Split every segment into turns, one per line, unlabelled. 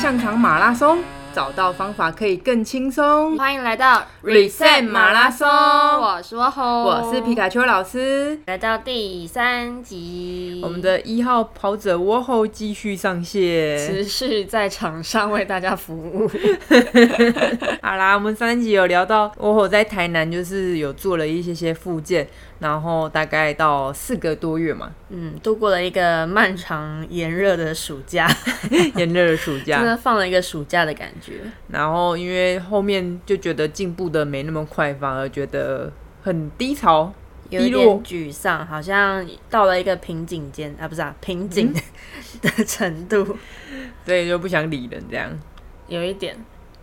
上场马拉松，找到方法可以更轻松。
欢迎来到
Reset 马拉松
我是沃红，
我是皮卡丘老师，
来到第三集，
我们的一号跑者窝后继续上线。
持续在场上为大家服务。
好啦，我们上一集有聊到窝后在台南就是有做了一些些复健，然后大概到四个多月嘛，
嗯，度过了一个漫长炎热的暑假，
炎热的暑
真
假。
的放了一个暑假的感觉。
然后因为后面就觉得进步的没那么快，反而觉得很低潮。
有一
低落
点沮丧，好像到了一个瓶颈间啊，不是啊，瓶颈 的程度，
对，就不想理人这样。
有一点。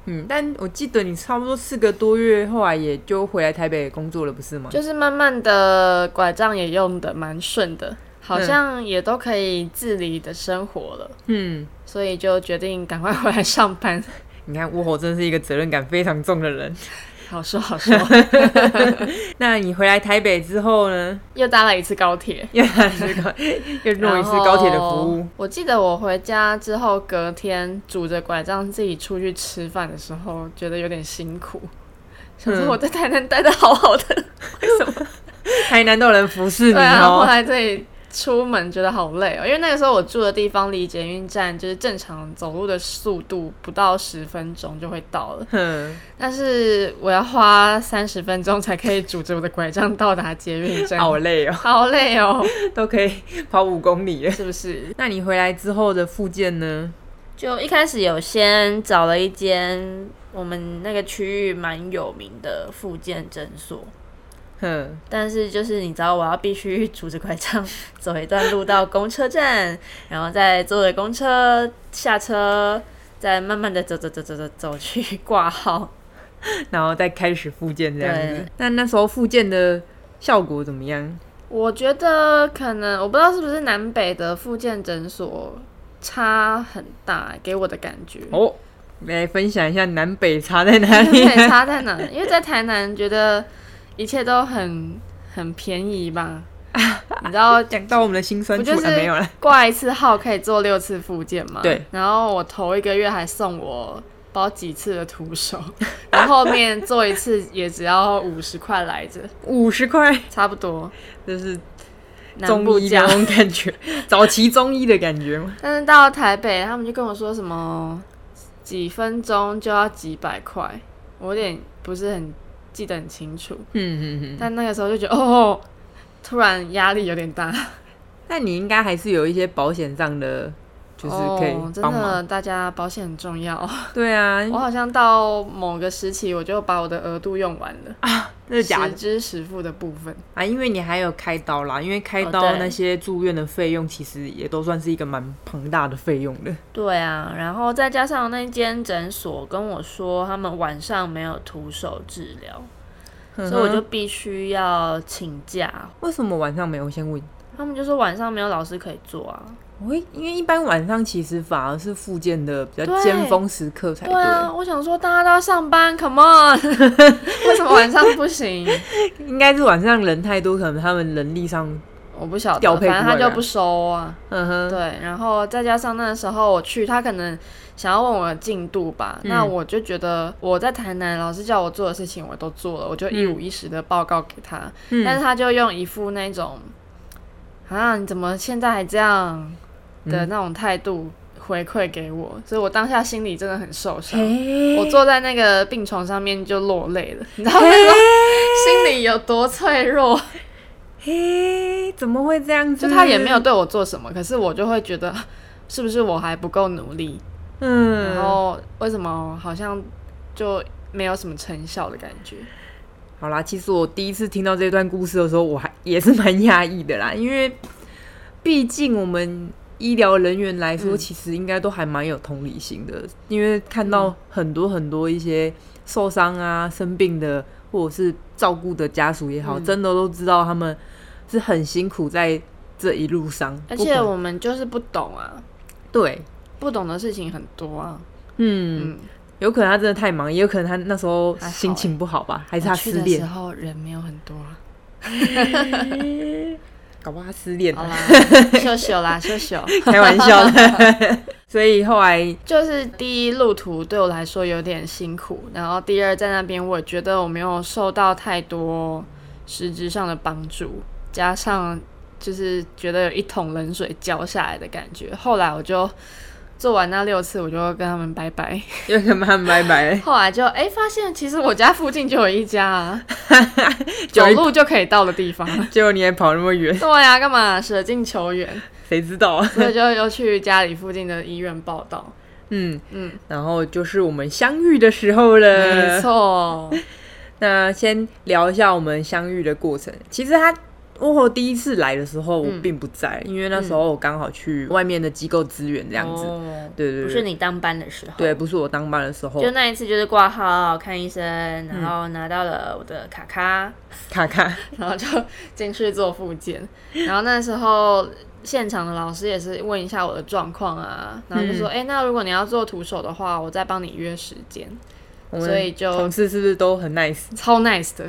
嗯，但我记得你差不多四个多月，后来也就回来台北工作了，不是吗？
就是慢慢的拐杖也用的蛮顺的，好像也都可以自理的生活了，
嗯，
所以就决定赶快回来上班。
你看我吼真是一个责任感非常重的人。
好说好说，
那你回来台北之后呢，
又搭了一次高铁，
又来这个又弄一次高铁的服务
然后。我记得我回家之后，隔天拄着拐杖自己出去吃饭的时候，觉得有点辛苦。想
嗯
说我在台南待的好 好的，
台南都有人服侍你
对啊，后
哦、
来这里出门觉得好累哦，因为那个时候我住的地方离捷运站就是正常走路的速度不到十分钟就会到了，
哼，
但是我要花三十分钟才可以拄着我的拐杖到达捷运站，
好累哦、
好累哦，
都可以跑五公里了。
是不是？
那你回来之后的复健呢？
就一开始有先找了一间我们那个区域蛮有名的复健诊所。
哼，
但是就是你知道，我要必须拄着拐杖走一段路到公车站，然后再坐着公车下车，再慢慢的走走走走走走去挂号。
然后再开始复健这样子
对。
那那时候复健的效果怎么样？
我觉得可能我不知道是不是南北的复健诊所差很大，给我的感觉。
哦，来分享一下南北差在哪 里？
对，差在哪？因为在台南觉得一切都很很便宜吧， 你知道
讲到我们的辛酸
不
处、
就是
啊、没有了。
挂一次号可以做六次复健嘛？
对。
然后我头一个月还送我包几次的徒手， 然后后面做一次也只要五十块来着，
五十块，
差不多。
就是
南部
中医的
价
那。种感 觉，早期中医的感觉吗？
但是到台北，他们就跟我说什么几分钟就要几百块，我有点不是很记得很清楚。
嗯嗯嗯。
但那个时候就觉得哦，突然压力有点大。
但你应该还是有一些保险上的，就是可
哦、
以
真
帮忙。
的，哦大家保险很重要。
对啊，
我好像到某个时期，我就把我的额度用完了，
那是假
实
的
支实啊付的部分。
啊，因为你还有开刀啦，因为开
哦
刀
对
那些住院的费用，其实也都算是一个蛮庞大的费用的。
对啊，然后再加上那间诊所跟我说，他们晚上没有徒手治疗，
所
所以我就必须要请假。
为什么晚上没有先问？
他们就说晚上没有老师可以做啊。
我会因为一般晚上其实反而是复健的比较
对
尖峰时刻才
对啊，我想说大家都要上班，Come on，为什么晚上不行？
应该是晚上人太多，可能他们人力上，
我不晓
调
得，
配不
反正他
完啊
就不收啊。
嗯哼，
对，然后再加上那时候我去，他可能想要问我的进度吧，
嗯
那我就觉得我在台南，老师叫我做的事情我都做了，我就一五一十的报告给他，
嗯
但是他就用一副那种啊你怎么现在还这样
嗯
的那种态度回馈给我，所以我当下心里真的很受伤。
嘿
我坐在那个病床上面就落泪了，你知道那 时候 心里有多脆弱。
嘿，怎么会这样子？
就他也没有，对我做什么，可是我就会觉得 是不是我还不够努力，
嗯，
然后为什么好像就没有什么成效的感觉？
好啦，其实我第一次听到这段故事的时候，我还也是蛮压抑的啦，因为毕竟我们医疗人员来说，
嗯
其实应该都还蛮有同理心的，因为看到很多很多一些受伤啊、生病的，或者是照顾的家属也好，
嗯
真的都知道他们是很辛苦在这一路上，
而
不
且
管
我们就是不懂啊，
对，
不懂的事情很多啊。
嗯。
嗯，
有可能他真的太忙，也有可能他那时候
还好
心啊哦 情不好吧，还是
我
他
去
失
的时
恋。
候人没有很多啊，
搞不好他失恋
好
了，
啦，秀秀啦，哦秀 秀。
哦开玩笑的。 所以后来
就是第一路途对我来说有点辛苦，然后第二在那边我觉得我没有受到太多实质上的帮助，加上就是觉得有一桶冷水浇下来的感觉。后来我就做完那六次，我就跟他们拜拜。
又跟他们拜拜了，
后来就哎、发现其实我家附近就有一家、 啊，
就
走
一
路就可以到的地方。
结果你还跑那么远，
对呀、啊，干嘛舍近求远？
谁知道啊？
所以就又去家里附近的医院报道。
嗯
嗯，
然后就是我们相遇的时候了
没。错，
那先聊一下我们相遇的过程。其实他我和第一次来的时候，我并不在，因为那时候我刚好去外面的机构支援这
这
样子。对对对，
不是你当班的时候。
对，，不是我当班的时候
就，那一次就是挂号看医生，然后拿到了我的卡卡，
卡卡，
然后就进去做复 健。然后那时候现场的老师也是问一下我的状况啊，然后就说：“哎、那如果你要做徒手的话，我再帮你约时间。
我们
所以就
同事是不是都很 nice？”
超 nice 的，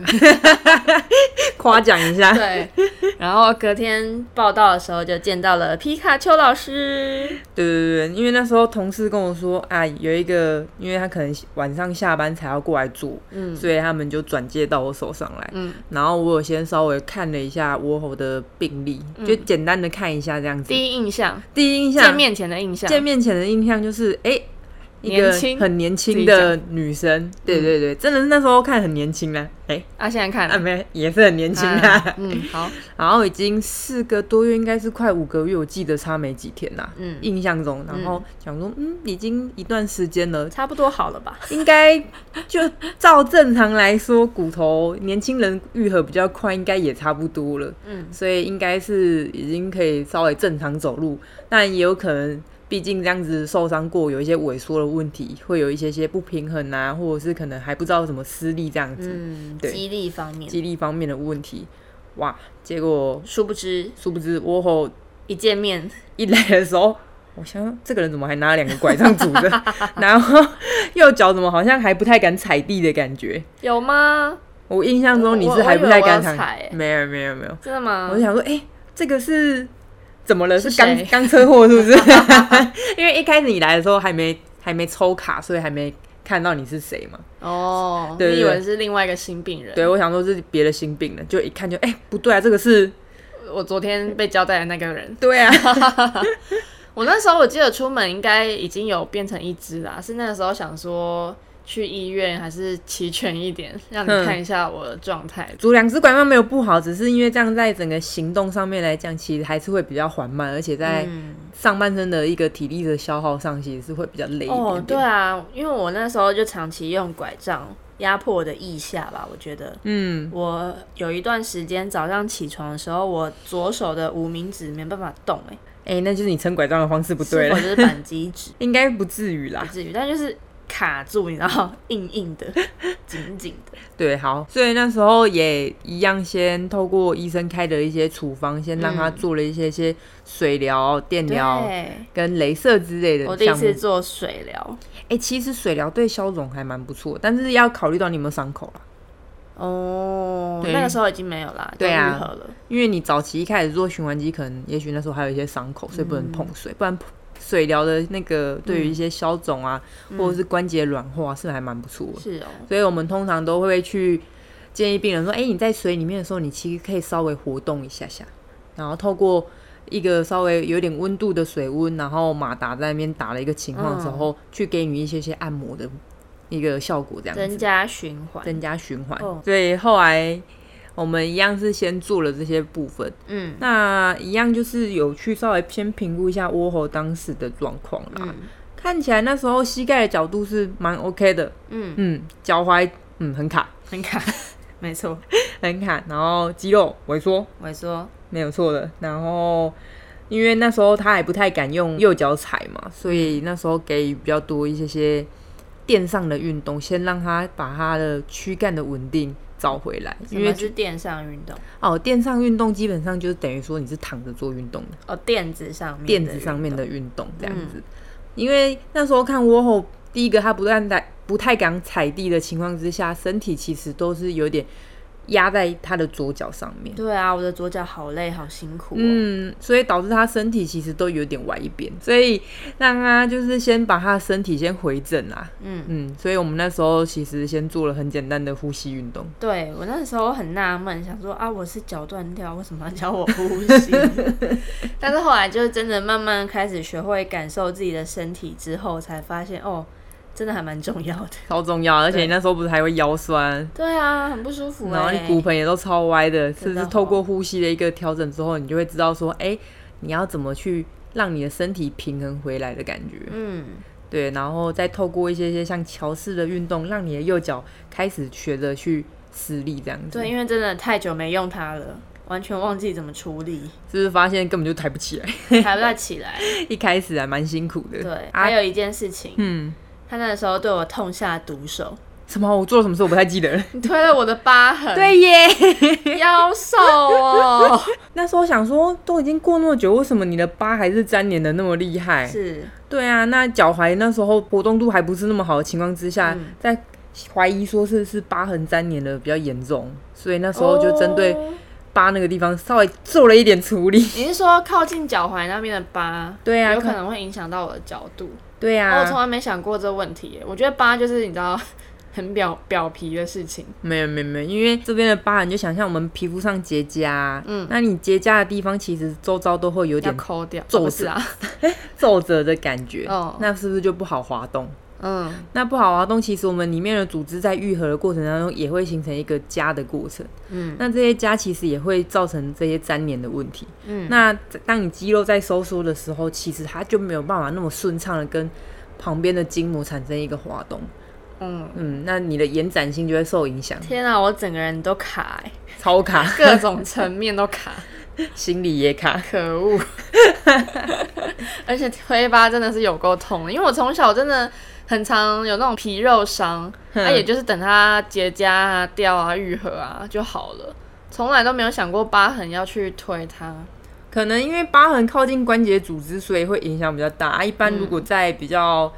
夸奖一下，
对。 然后隔天报道的时候就见到了皮卡丘老师，
对对对，因为那时候同事跟我说啊，有一个，因为他可能晚上下班才要过来做，
嗯
所以他们就转接到我手上来。
嗯，
然后我有先稍微看了一下窝猴的病历，就简单的看一下这样子。
嗯第一印象，
第一印象，
见面前的印象，
见面前的印象就是，哎、一个
年轻
很年轻的女生，
嗯
对对对，真的是那时候看很年轻啦，哎、
啊，现在看，
啊没，也是很年轻 啦，
啊嗯，好，
然后已经四个多月，应该是快五个月，我记得差没几天啦，
嗯
印象中，然后想说，嗯，已经一段时间 了，
差不多好了吧？
应该就照正常来说，骨头年轻人愈合比较快，应该也差不多了。
嗯，
所以应该是已经可以稍微正常走路，但也有可能，毕竟这样子受伤过，有一些萎缩的问题，会有一些些不平衡啊，或者是可能还不知道怎么施力这样子，
嗯，
对
激励方面，
肌力方面的问题。哇，结果
殊不知
殊不知窝后
一见面，
一来的时候。我想说这个人怎么还拿两个拐杖拄着， 然后右脚怎么好像还不太敢踩地的感觉？
有吗？
我印象中你
我
是还不太敢踩，
我以为我要踩欸
没有没有没有，
真的吗
我就？想说，哎、这个是怎么了？
是
是刚
谁
刚车祸是不 是？因为一开始你来的时候还没还没抽卡，所以还没看到你是谁嘛。
哦，
对对
你以
对
为是另外一个新病人？
对，我想说是别的新病了，就一看就哎、不对啊，这个 是
我昨天被交代的那个人，
对啊，
我那时候我记得出门应该已经有变成一只啦，是那个时候想说去医院还是齐全一 点，让你
嗯
看一下我的状态。
拄两只拐杖没有不好，只是因为这样在整个行动上面来讲，其实还是会比较缓慢，而且在
嗯，
上半身的一个体力的消耗上，其实是会比较累一点
哦，对
点
啊，因为我那时候就长期用拐杖压迫我的腋下吧，我觉得。
嗯，
我有一段时间早上起床的时候，我左手的无名指没办法动、欸，
哎、那就是你撑拐杖的方式不对
是否
了，
就是扳机指
应该不至于啦
不。至于，但就是卡住，你知道，硬 硬的，紧紧的。
对，好，所以那时候也一样，先透过医生开的一些处方，先让他
嗯
做了一些些水疗、电疗
对，哦
跟镭射之类
我
的
第一
项目
次。做水疗，
哎、其实水疗对消肿还蛮不错，但是要考虑到你有没有伤口啦，
哦，
对
那个时候已经没有啦，
对啊
就愈合了。
因为你早期一开始做循环机，可能也许那时候还有一些伤口，所以不能碰水，不然水疗的那个对于一些消肿啊，或者是关节软化是还蛮不错的。
是哦，
所以我们通常都会去建议病人说：“哎、你在水里面的时候，你其实可以稍微活动一下下，然后透过一个稍微有点温度的水温，然后马达在那边打了一个情况的时候，去给予一些些按摩的一个效果，这样
增
子
加循环。
增加循环。
哦
所以后来我们一样是先做了这些部分，
嗯
那一样就是有去稍微先评估一下窝喉当时的状况啦。
嗯
看起来那时候膝盖的角度是蛮 OK 的，
嗯，
嗯，脚踝嗯很卡，
很卡， 没错。
很卡，然后肌肉萎缩，
我说，
没有错的。然后因为那时候他还不太敢用右脚踩嘛，所以那时候给予比较多一些些垫上的运动，先让他把他的躯干的稳定找回来。
什
因为
么是电上运动？
哦，垫上运动基本上就是等于说你是躺着做运动的，
哦，垫子上面，
垫子上面，的运动这样子。因为那时候看窝后，第一个他不但在不太敢踩地的情况之下，身体其实都是有点压在他的左脚上面。
对啊，我的左脚好累，好辛苦、哦。
嗯，所以导致他身体其实都有点歪一边，所以让他就是先把他的身体先回正啊。
嗯，
嗯，所以我们那时候其实先做了很简单的呼吸运动。
对我那时候很纳闷，想说啊，我是脚断掉，为什么要教我呼 吸？但是后来就是真的慢慢开始学会感受自己的身体之后，才发现哦，真的还蛮重要的。
超重要，而且
对
你那时候不是还会腰酸，
对啊，很不舒服、欸。
然后你骨盆也都超歪的，
真
甚
的
至
哦
透过呼吸的一个调整之后，你就会知道说，哎、你要怎么去让你的身体平衡回来的感觉。
嗯，
对，然后再透过一些些像桥式的运动，让你的右脚开始学着去施力，这样子。
对，
是
因为真的太久没用它了，完全忘记怎么处 理，
不是发现根本就抬不起来？
抬不太起来。
一开始还蛮辛苦的。
对，
啊
还，有一件事情，
嗯，
他那时候对我痛下毒手，
什么？我做了什么事？我不太记得了。
你推了我的疤痕，
对耶，
腰瘦 哦，
那时候想说，都已经过那么久，为什么你的疤还是粘连的那么厉害？
是
对啊，那脚踝那时候活动度还不是那么好的情况之下，
嗯
在怀疑说是是疤痕粘连的比较严重，所以那时候就针对
哦
疤那个地方稍微做了一点处理。
你是说靠近脚踝那边的疤？
对啊
有可
靠
能会影响到我的角度。
对
哦我从
啊，
来没想过这问题耶。我觉得疤就是你知道 很表表皮的事情。
没有没有没有，因为这边的疤痕就想象我们皮肤上结痂，
嗯
那你结痂的地方其实周遭都会有
要
点
抠掉，
皱
哦不是啊，
皱褶的感觉，
哦
那是不是就不好滑动？
嗯
那不好滑动，其实我们里面的组织在愈合的过程当中，也会形成一个痂的过程。
嗯
那这些痂其实也会造成这些粘连的问题。
嗯，
那当你肌肉在收缩的时候，其实它就没有办法那么顺畅的跟旁边的筋膜产生一个滑动。
嗯，
嗯，那你的延展性就会受影 响，
天啊，我整个人都卡 耶，
超卡，
各种层面都卡，
心里也卡。
可恶！而且推疤真的是有够痛的，因为我从小真的很常有那种皮肉伤，那、
嗯
也就是等它结痂啊、掉啊、愈合啊就好了，从来都没有想过疤痕要去推它。
可能因为疤痕靠近关节组织，所以会影响比较大。啊一般
嗯
如果在比较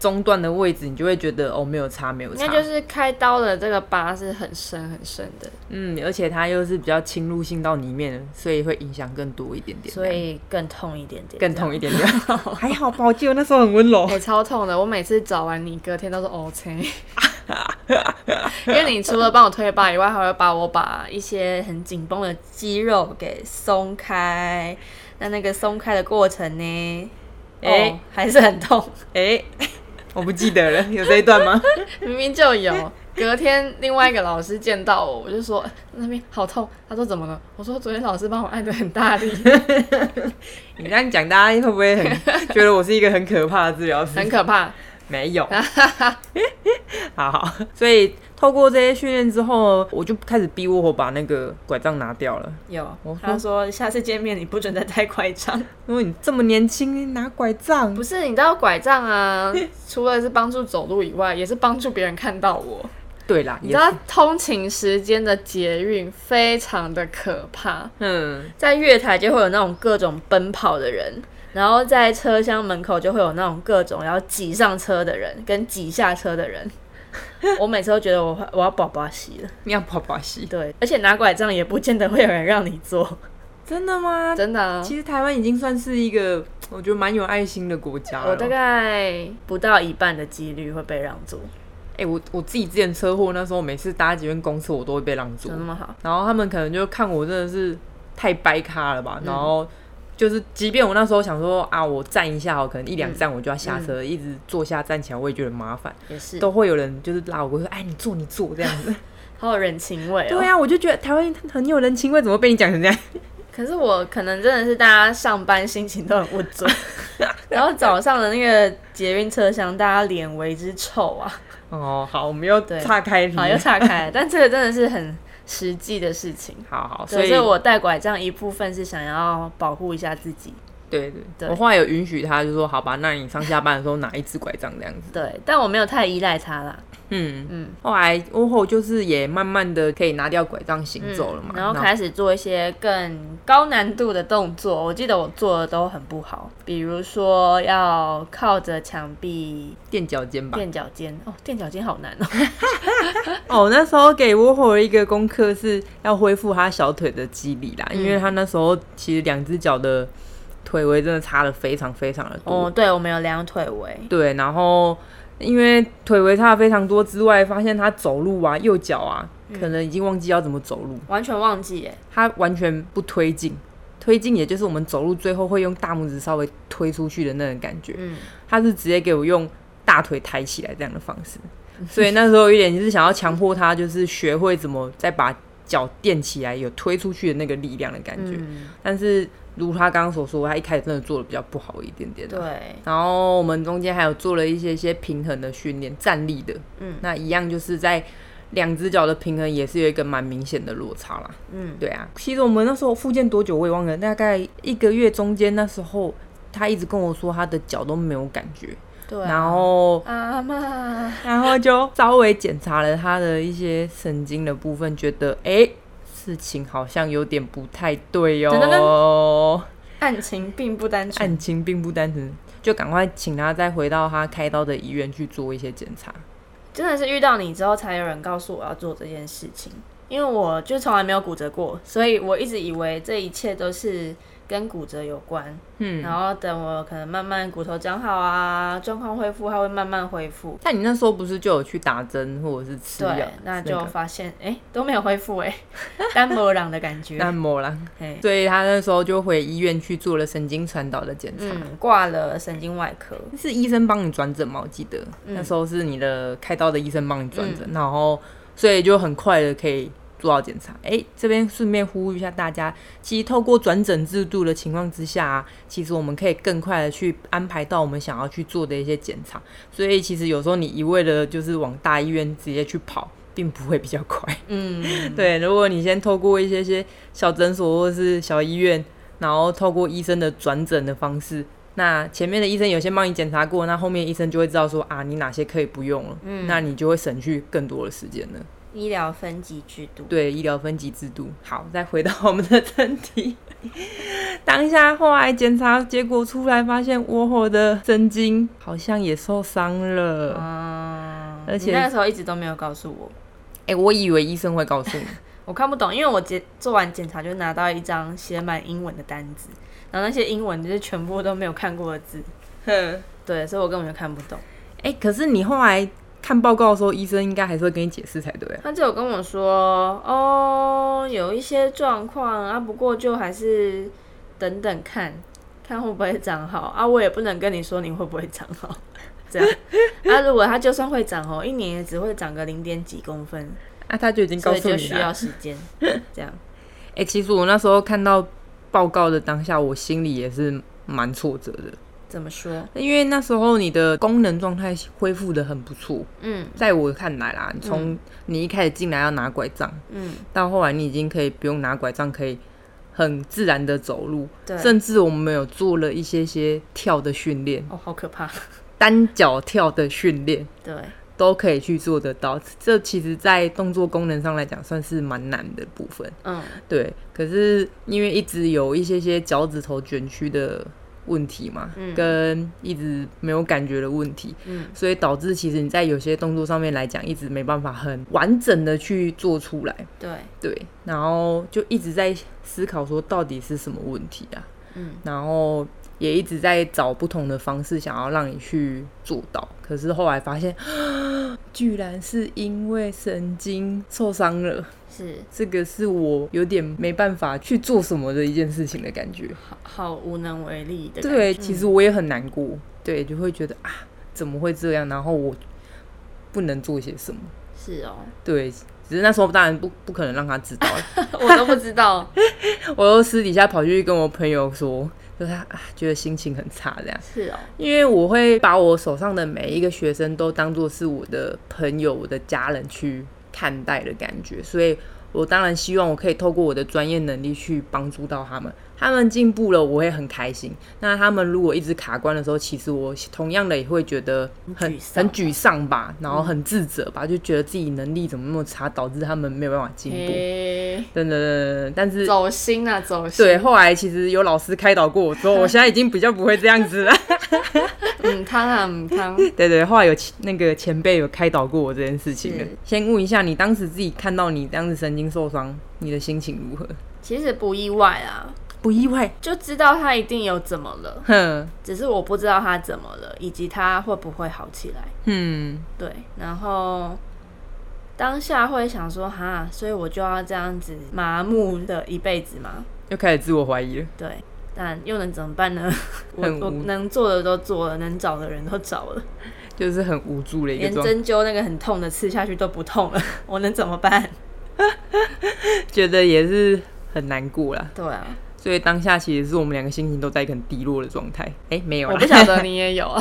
中段的位置，你就会觉得哦，没有差，没有
应
差。
该就是开刀的这个疤是很深很深的，
嗯，而且它又是比较侵入性到里面的，所以会影响更多一点点，
所以更痛一点点，
更痛一点点。 还好吧，我记得那时候很温柔
哎、。超痛的！我每次找完你，隔天都是哦 OK，因为你除了帮我推把以外，还会把我把一些很紧绷的肌肉给松开。那那个松开的过程呢，哎、
哎
还是很痛，
哎、 我不记得了，有这一段 吗？
明明就有。隔天另外一个老师见到我，我就说呃那边好痛，他说怎么了？我说昨天老师帮我按的很大力，
你这样讲，大家会不会很觉得我是一个很啊可怕的治疗师？
很可怕。
没有，好好。所以透过这些训练之后，我就开始逼我把那个拐杖拿掉了。
有
我说，
他说下次见面你不准再带拐杖。
因为你这么年轻，拿拐杖
不，是，你知道拐杖 啊，除了是帮助走路以外，也是帮助别人看到我。
对啦，
你
也
知道
是，
通勤时间的捷运非常的可怕，
嗯，
在月台就会有那种各种奔跑的人，然后在车厢门口就会有那种各种要挤上车的人跟挤下车的 人。我每次都觉得我我要宝宝洗了，
你要跑跑戏，
对，而且拿拐杖也不见得会有人让你坐，
真的吗？
真的、啊。
其实台湾已经算是一个我觉得蛮有爱心的国家了。
我大概不到一半的几率会被让座，
哎、我我自己之前车祸那时候，每次搭捷运公车我都会被让座
怎么，那么好？
然后他们可能就看我真的是太掰咖了吧，
嗯
然后就是即便我那时候想说啊，我站一下哦，可能一两
嗯
站我就要下车，一直坐下站起来我也觉得很麻烦，
也是，
都会有人就是拉我过去说，哎，你坐你坐这样 子。
好有人情味哦。
对啊，我就觉得台湾很有人情味，怎么被你讲成这 样？
可是我可能真的是大家上班心情都很不 准，然后早上的那个捷运车厢，大家脸为之臭啊，
哦，好，我们又
对
岔开题，
好又岔 开了。但这个真的是很实际的事情，
好好，所
对
以
所以我带拐杖一部分是想要保护一下自己，
对对，
对
我后来有允许他，就说好吧，那你上下班的时候拿一只拐杖这样子。
对，但我没有太依赖它啦。
嗯
嗯
嗯。后来欧后就是也慢慢的可以拿掉拐杖行走了嘛，
嗯然后开始做一些更高难度的动作。我记得我做的都很不好，比如说要靠着墙壁
垫脚尖吧。
垫脚尖，哦，垫脚尖好难哦。
哦，那时候给沃霍尔一个功课是要恢复他小腿的肌力啦，因为他那时候其实两只脚的腿围真的差的非常非常的多。
哦，对，我们有量腿围，
对，然后因为腿围差的非常多之外，发现他走路啊，右脚啊，可能已经忘记要怎么走路，
完全忘记耶。
他完全不推进。推进也就是我们走路最后会用大拇指稍微推出去的那种感觉，
嗯，
他是直接给我用大腿抬起来这样的方式，所以那时候有一点就是想要强迫他，就是学会怎么再把脚垫起来，有推出去的那个力量的感觉。
嗯
但是如他刚刚所说，他一开始真的做的比较不好一点点、啊。
对，
然后我们中间还有做了一些一些平衡的训练，站立的，
嗯
那一样就是在两只脚的平衡也是有一个蛮明显的落差啦。
嗯，
对啊，其实我们那时候复健多久我也忘了，大概一个月中间那时候，他一直跟我说他的脚都没有感觉，
对啊。
然后
阿妈，
然后就稍微检查了他的一些神经的部分，觉得哎、诶事情好像有点不太对
噔噔
哦，
案情并不单纯。
案情并不单纯，就赶快请他再回到他开刀的医院去做一些检查。
真的是遇到你之后，才有人告诉我要做这件事情。因为我就从来没有骨折过，所以我一直以为这一切都是跟骨折有关。
嗯
然后等我可能慢慢骨头长好啊，状况恢复，它会慢慢恢复。
但你那时候不是就有去打针或者是吃药
对？，那
吃个
就发现哎、诶都没有恢复 哎、单薄朗的感觉。
那么啦，
嘿
所以他那时候就回医院去做了神经传导的检查。
嗯，挂了神经外科。
是医生帮你转诊吗？我记得、那时候是你的开刀的医生帮你转诊，然后所以就很快的可以做到检查。哎、这边顺便呼吁一下大家，其实透过转诊制度的情况之下、啊，其实我们可以更快的去安排到我们想要去做的一些检查。所以其实有时候你一味的就是往大医院直接去跑，并不会比较快。
嗯，
对，如果你先透过一些些小诊所或是小医院，然后透过医生的转诊的方式，那前面的医生有先帮你检查过，那后面医生就会知道说啊，你哪些可以不用了，嗯，那你就会省去更多的时间了。
医疗分级制度。
对，医疗分级制度。好，再回到我们的正题。 当下后来检查结果出来，发现窝火的神经好像也受伤了。
啊嗯，
而且
哦你那个时候一直都没有告诉我。
哎、我以为医生会告诉你，
我看不懂，因为我检做完检查就拿到一张写满英文的单子，然后那些英文就是全部都没有看过的字，
哼
对，所以我根本就看不懂。
哎、可是你后来看报告的时候，医生应该还是会跟你解释才对啊。
他就有跟我说，哦，有一些状况啊，不过就还是等等看看会不会长好啊，我也不能跟你说你会不会长好，这样啊，如果它就算会长哦，一年也只会长个零点几公分，
啊，他就已经告
所以
诉
就
你
需
了。
要时间，这样，
哎、其实我那时候看到报告的当下，我心里也是蛮挫折的，
怎么说？
因为那时候你的功能状态恢复的很不错，
嗯
在我看来啦，从你一开始进来要拿拐杖，
嗯，
到后来你已经可以不用拿拐杖，可以很自然的走路，
对，
甚至我们有做了一些些跳的训练，
哦，好可怕，
单脚跳的训练。
对。
都可以去做得到，这其实，在动作功能上来讲，算是蛮难的部分。
嗯，
对，可是因为一直有一些些脚趾头卷曲的问题嘛，
嗯
跟一直没有感觉的问题，
嗯
所以导致其实你在有些动作上面来讲，一直没办法很完整的去做出来。
对，
对，然后就一直在思考说到底是什么问题啊，
嗯
然后也一直在找不同的方式想要让你去做到，可是后来发现， 居然是因为神经受伤了。
是
这个是我有点没办法去做什么的一件事情的感觉。
好好无能为力的感觉。
对，其实我也很难过，对，就会觉得啊，怎么会这样？然后我不能做些什么。
是哦，
对，只是那时候当然不不可能让他知道，
我都不知道。
我又私底下跑去跟我朋友说，就他啊觉得心情很差这样，
是哦，
因为我会把我手上的每一个学生都当做是我的朋友、我的家人去看待的感觉，所以我当然希望我可以透过我的专业能力去帮助到他们。他们进步了，我会很开心。那他们如果一直卡关的时候，其实我同样的也会觉得很
很沮丧
很沮丧吧，然后很自责吧，就觉得自己能力怎么那么差，导致他们没有办法进步。
嗯
诶
等等等等，但是
走心啊，走心。
对，后来其实有老师开导过我之后，我现在已经比较不会这样子了。
嗯，汤啊，嗯 汤。
对对，后来有前那个前辈有开导过我这件事情的。先问一下，你当时自己看到你当时神经受伤，你的心情如何？
其实不意外啊，
不意外，
就知道他一定有怎么了，
哼，
只是我不知道他怎么了，以及他会不会好起来。
嗯，
对，然后当下会想说，哈，所以我就要这样子麻木的一辈子吗？
又开始自我怀疑了。
对，但又能怎么 办呢？我
很无
我能做的都做了，能找的人都找了，
就是很无助的一个
连
状态，
针灸那个很痛的刺下去都不痛了， 我能怎么办？
觉得也是很难过啦。
对啊，
所以当下其实是我们两个心情都在一个很低落的状态。哎、没有
啊
我
啦
不，晓得你也有 啊。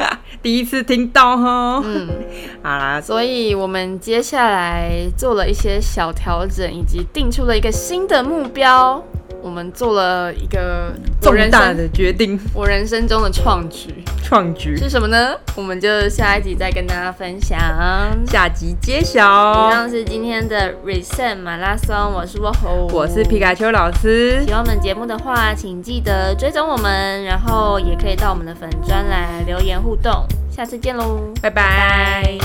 第一次听到哈。
嗯，
好啦，
所以我们接下来做了一些小调整，以及定出了一个新的目标。我们做了一个我
重
人
大
生
的决定
我人生中的创举
创举，
是什么呢？我们就下一集再跟大家分享。
下集揭
以
晓。
上是今天的 Reset 马拉松，我是沃猴，
我是皮卡丘老师
喜，欢我们节目的话，请记得追踪我们，然后也可以到我们的粉专来留言互动。下次见喽！
拜拜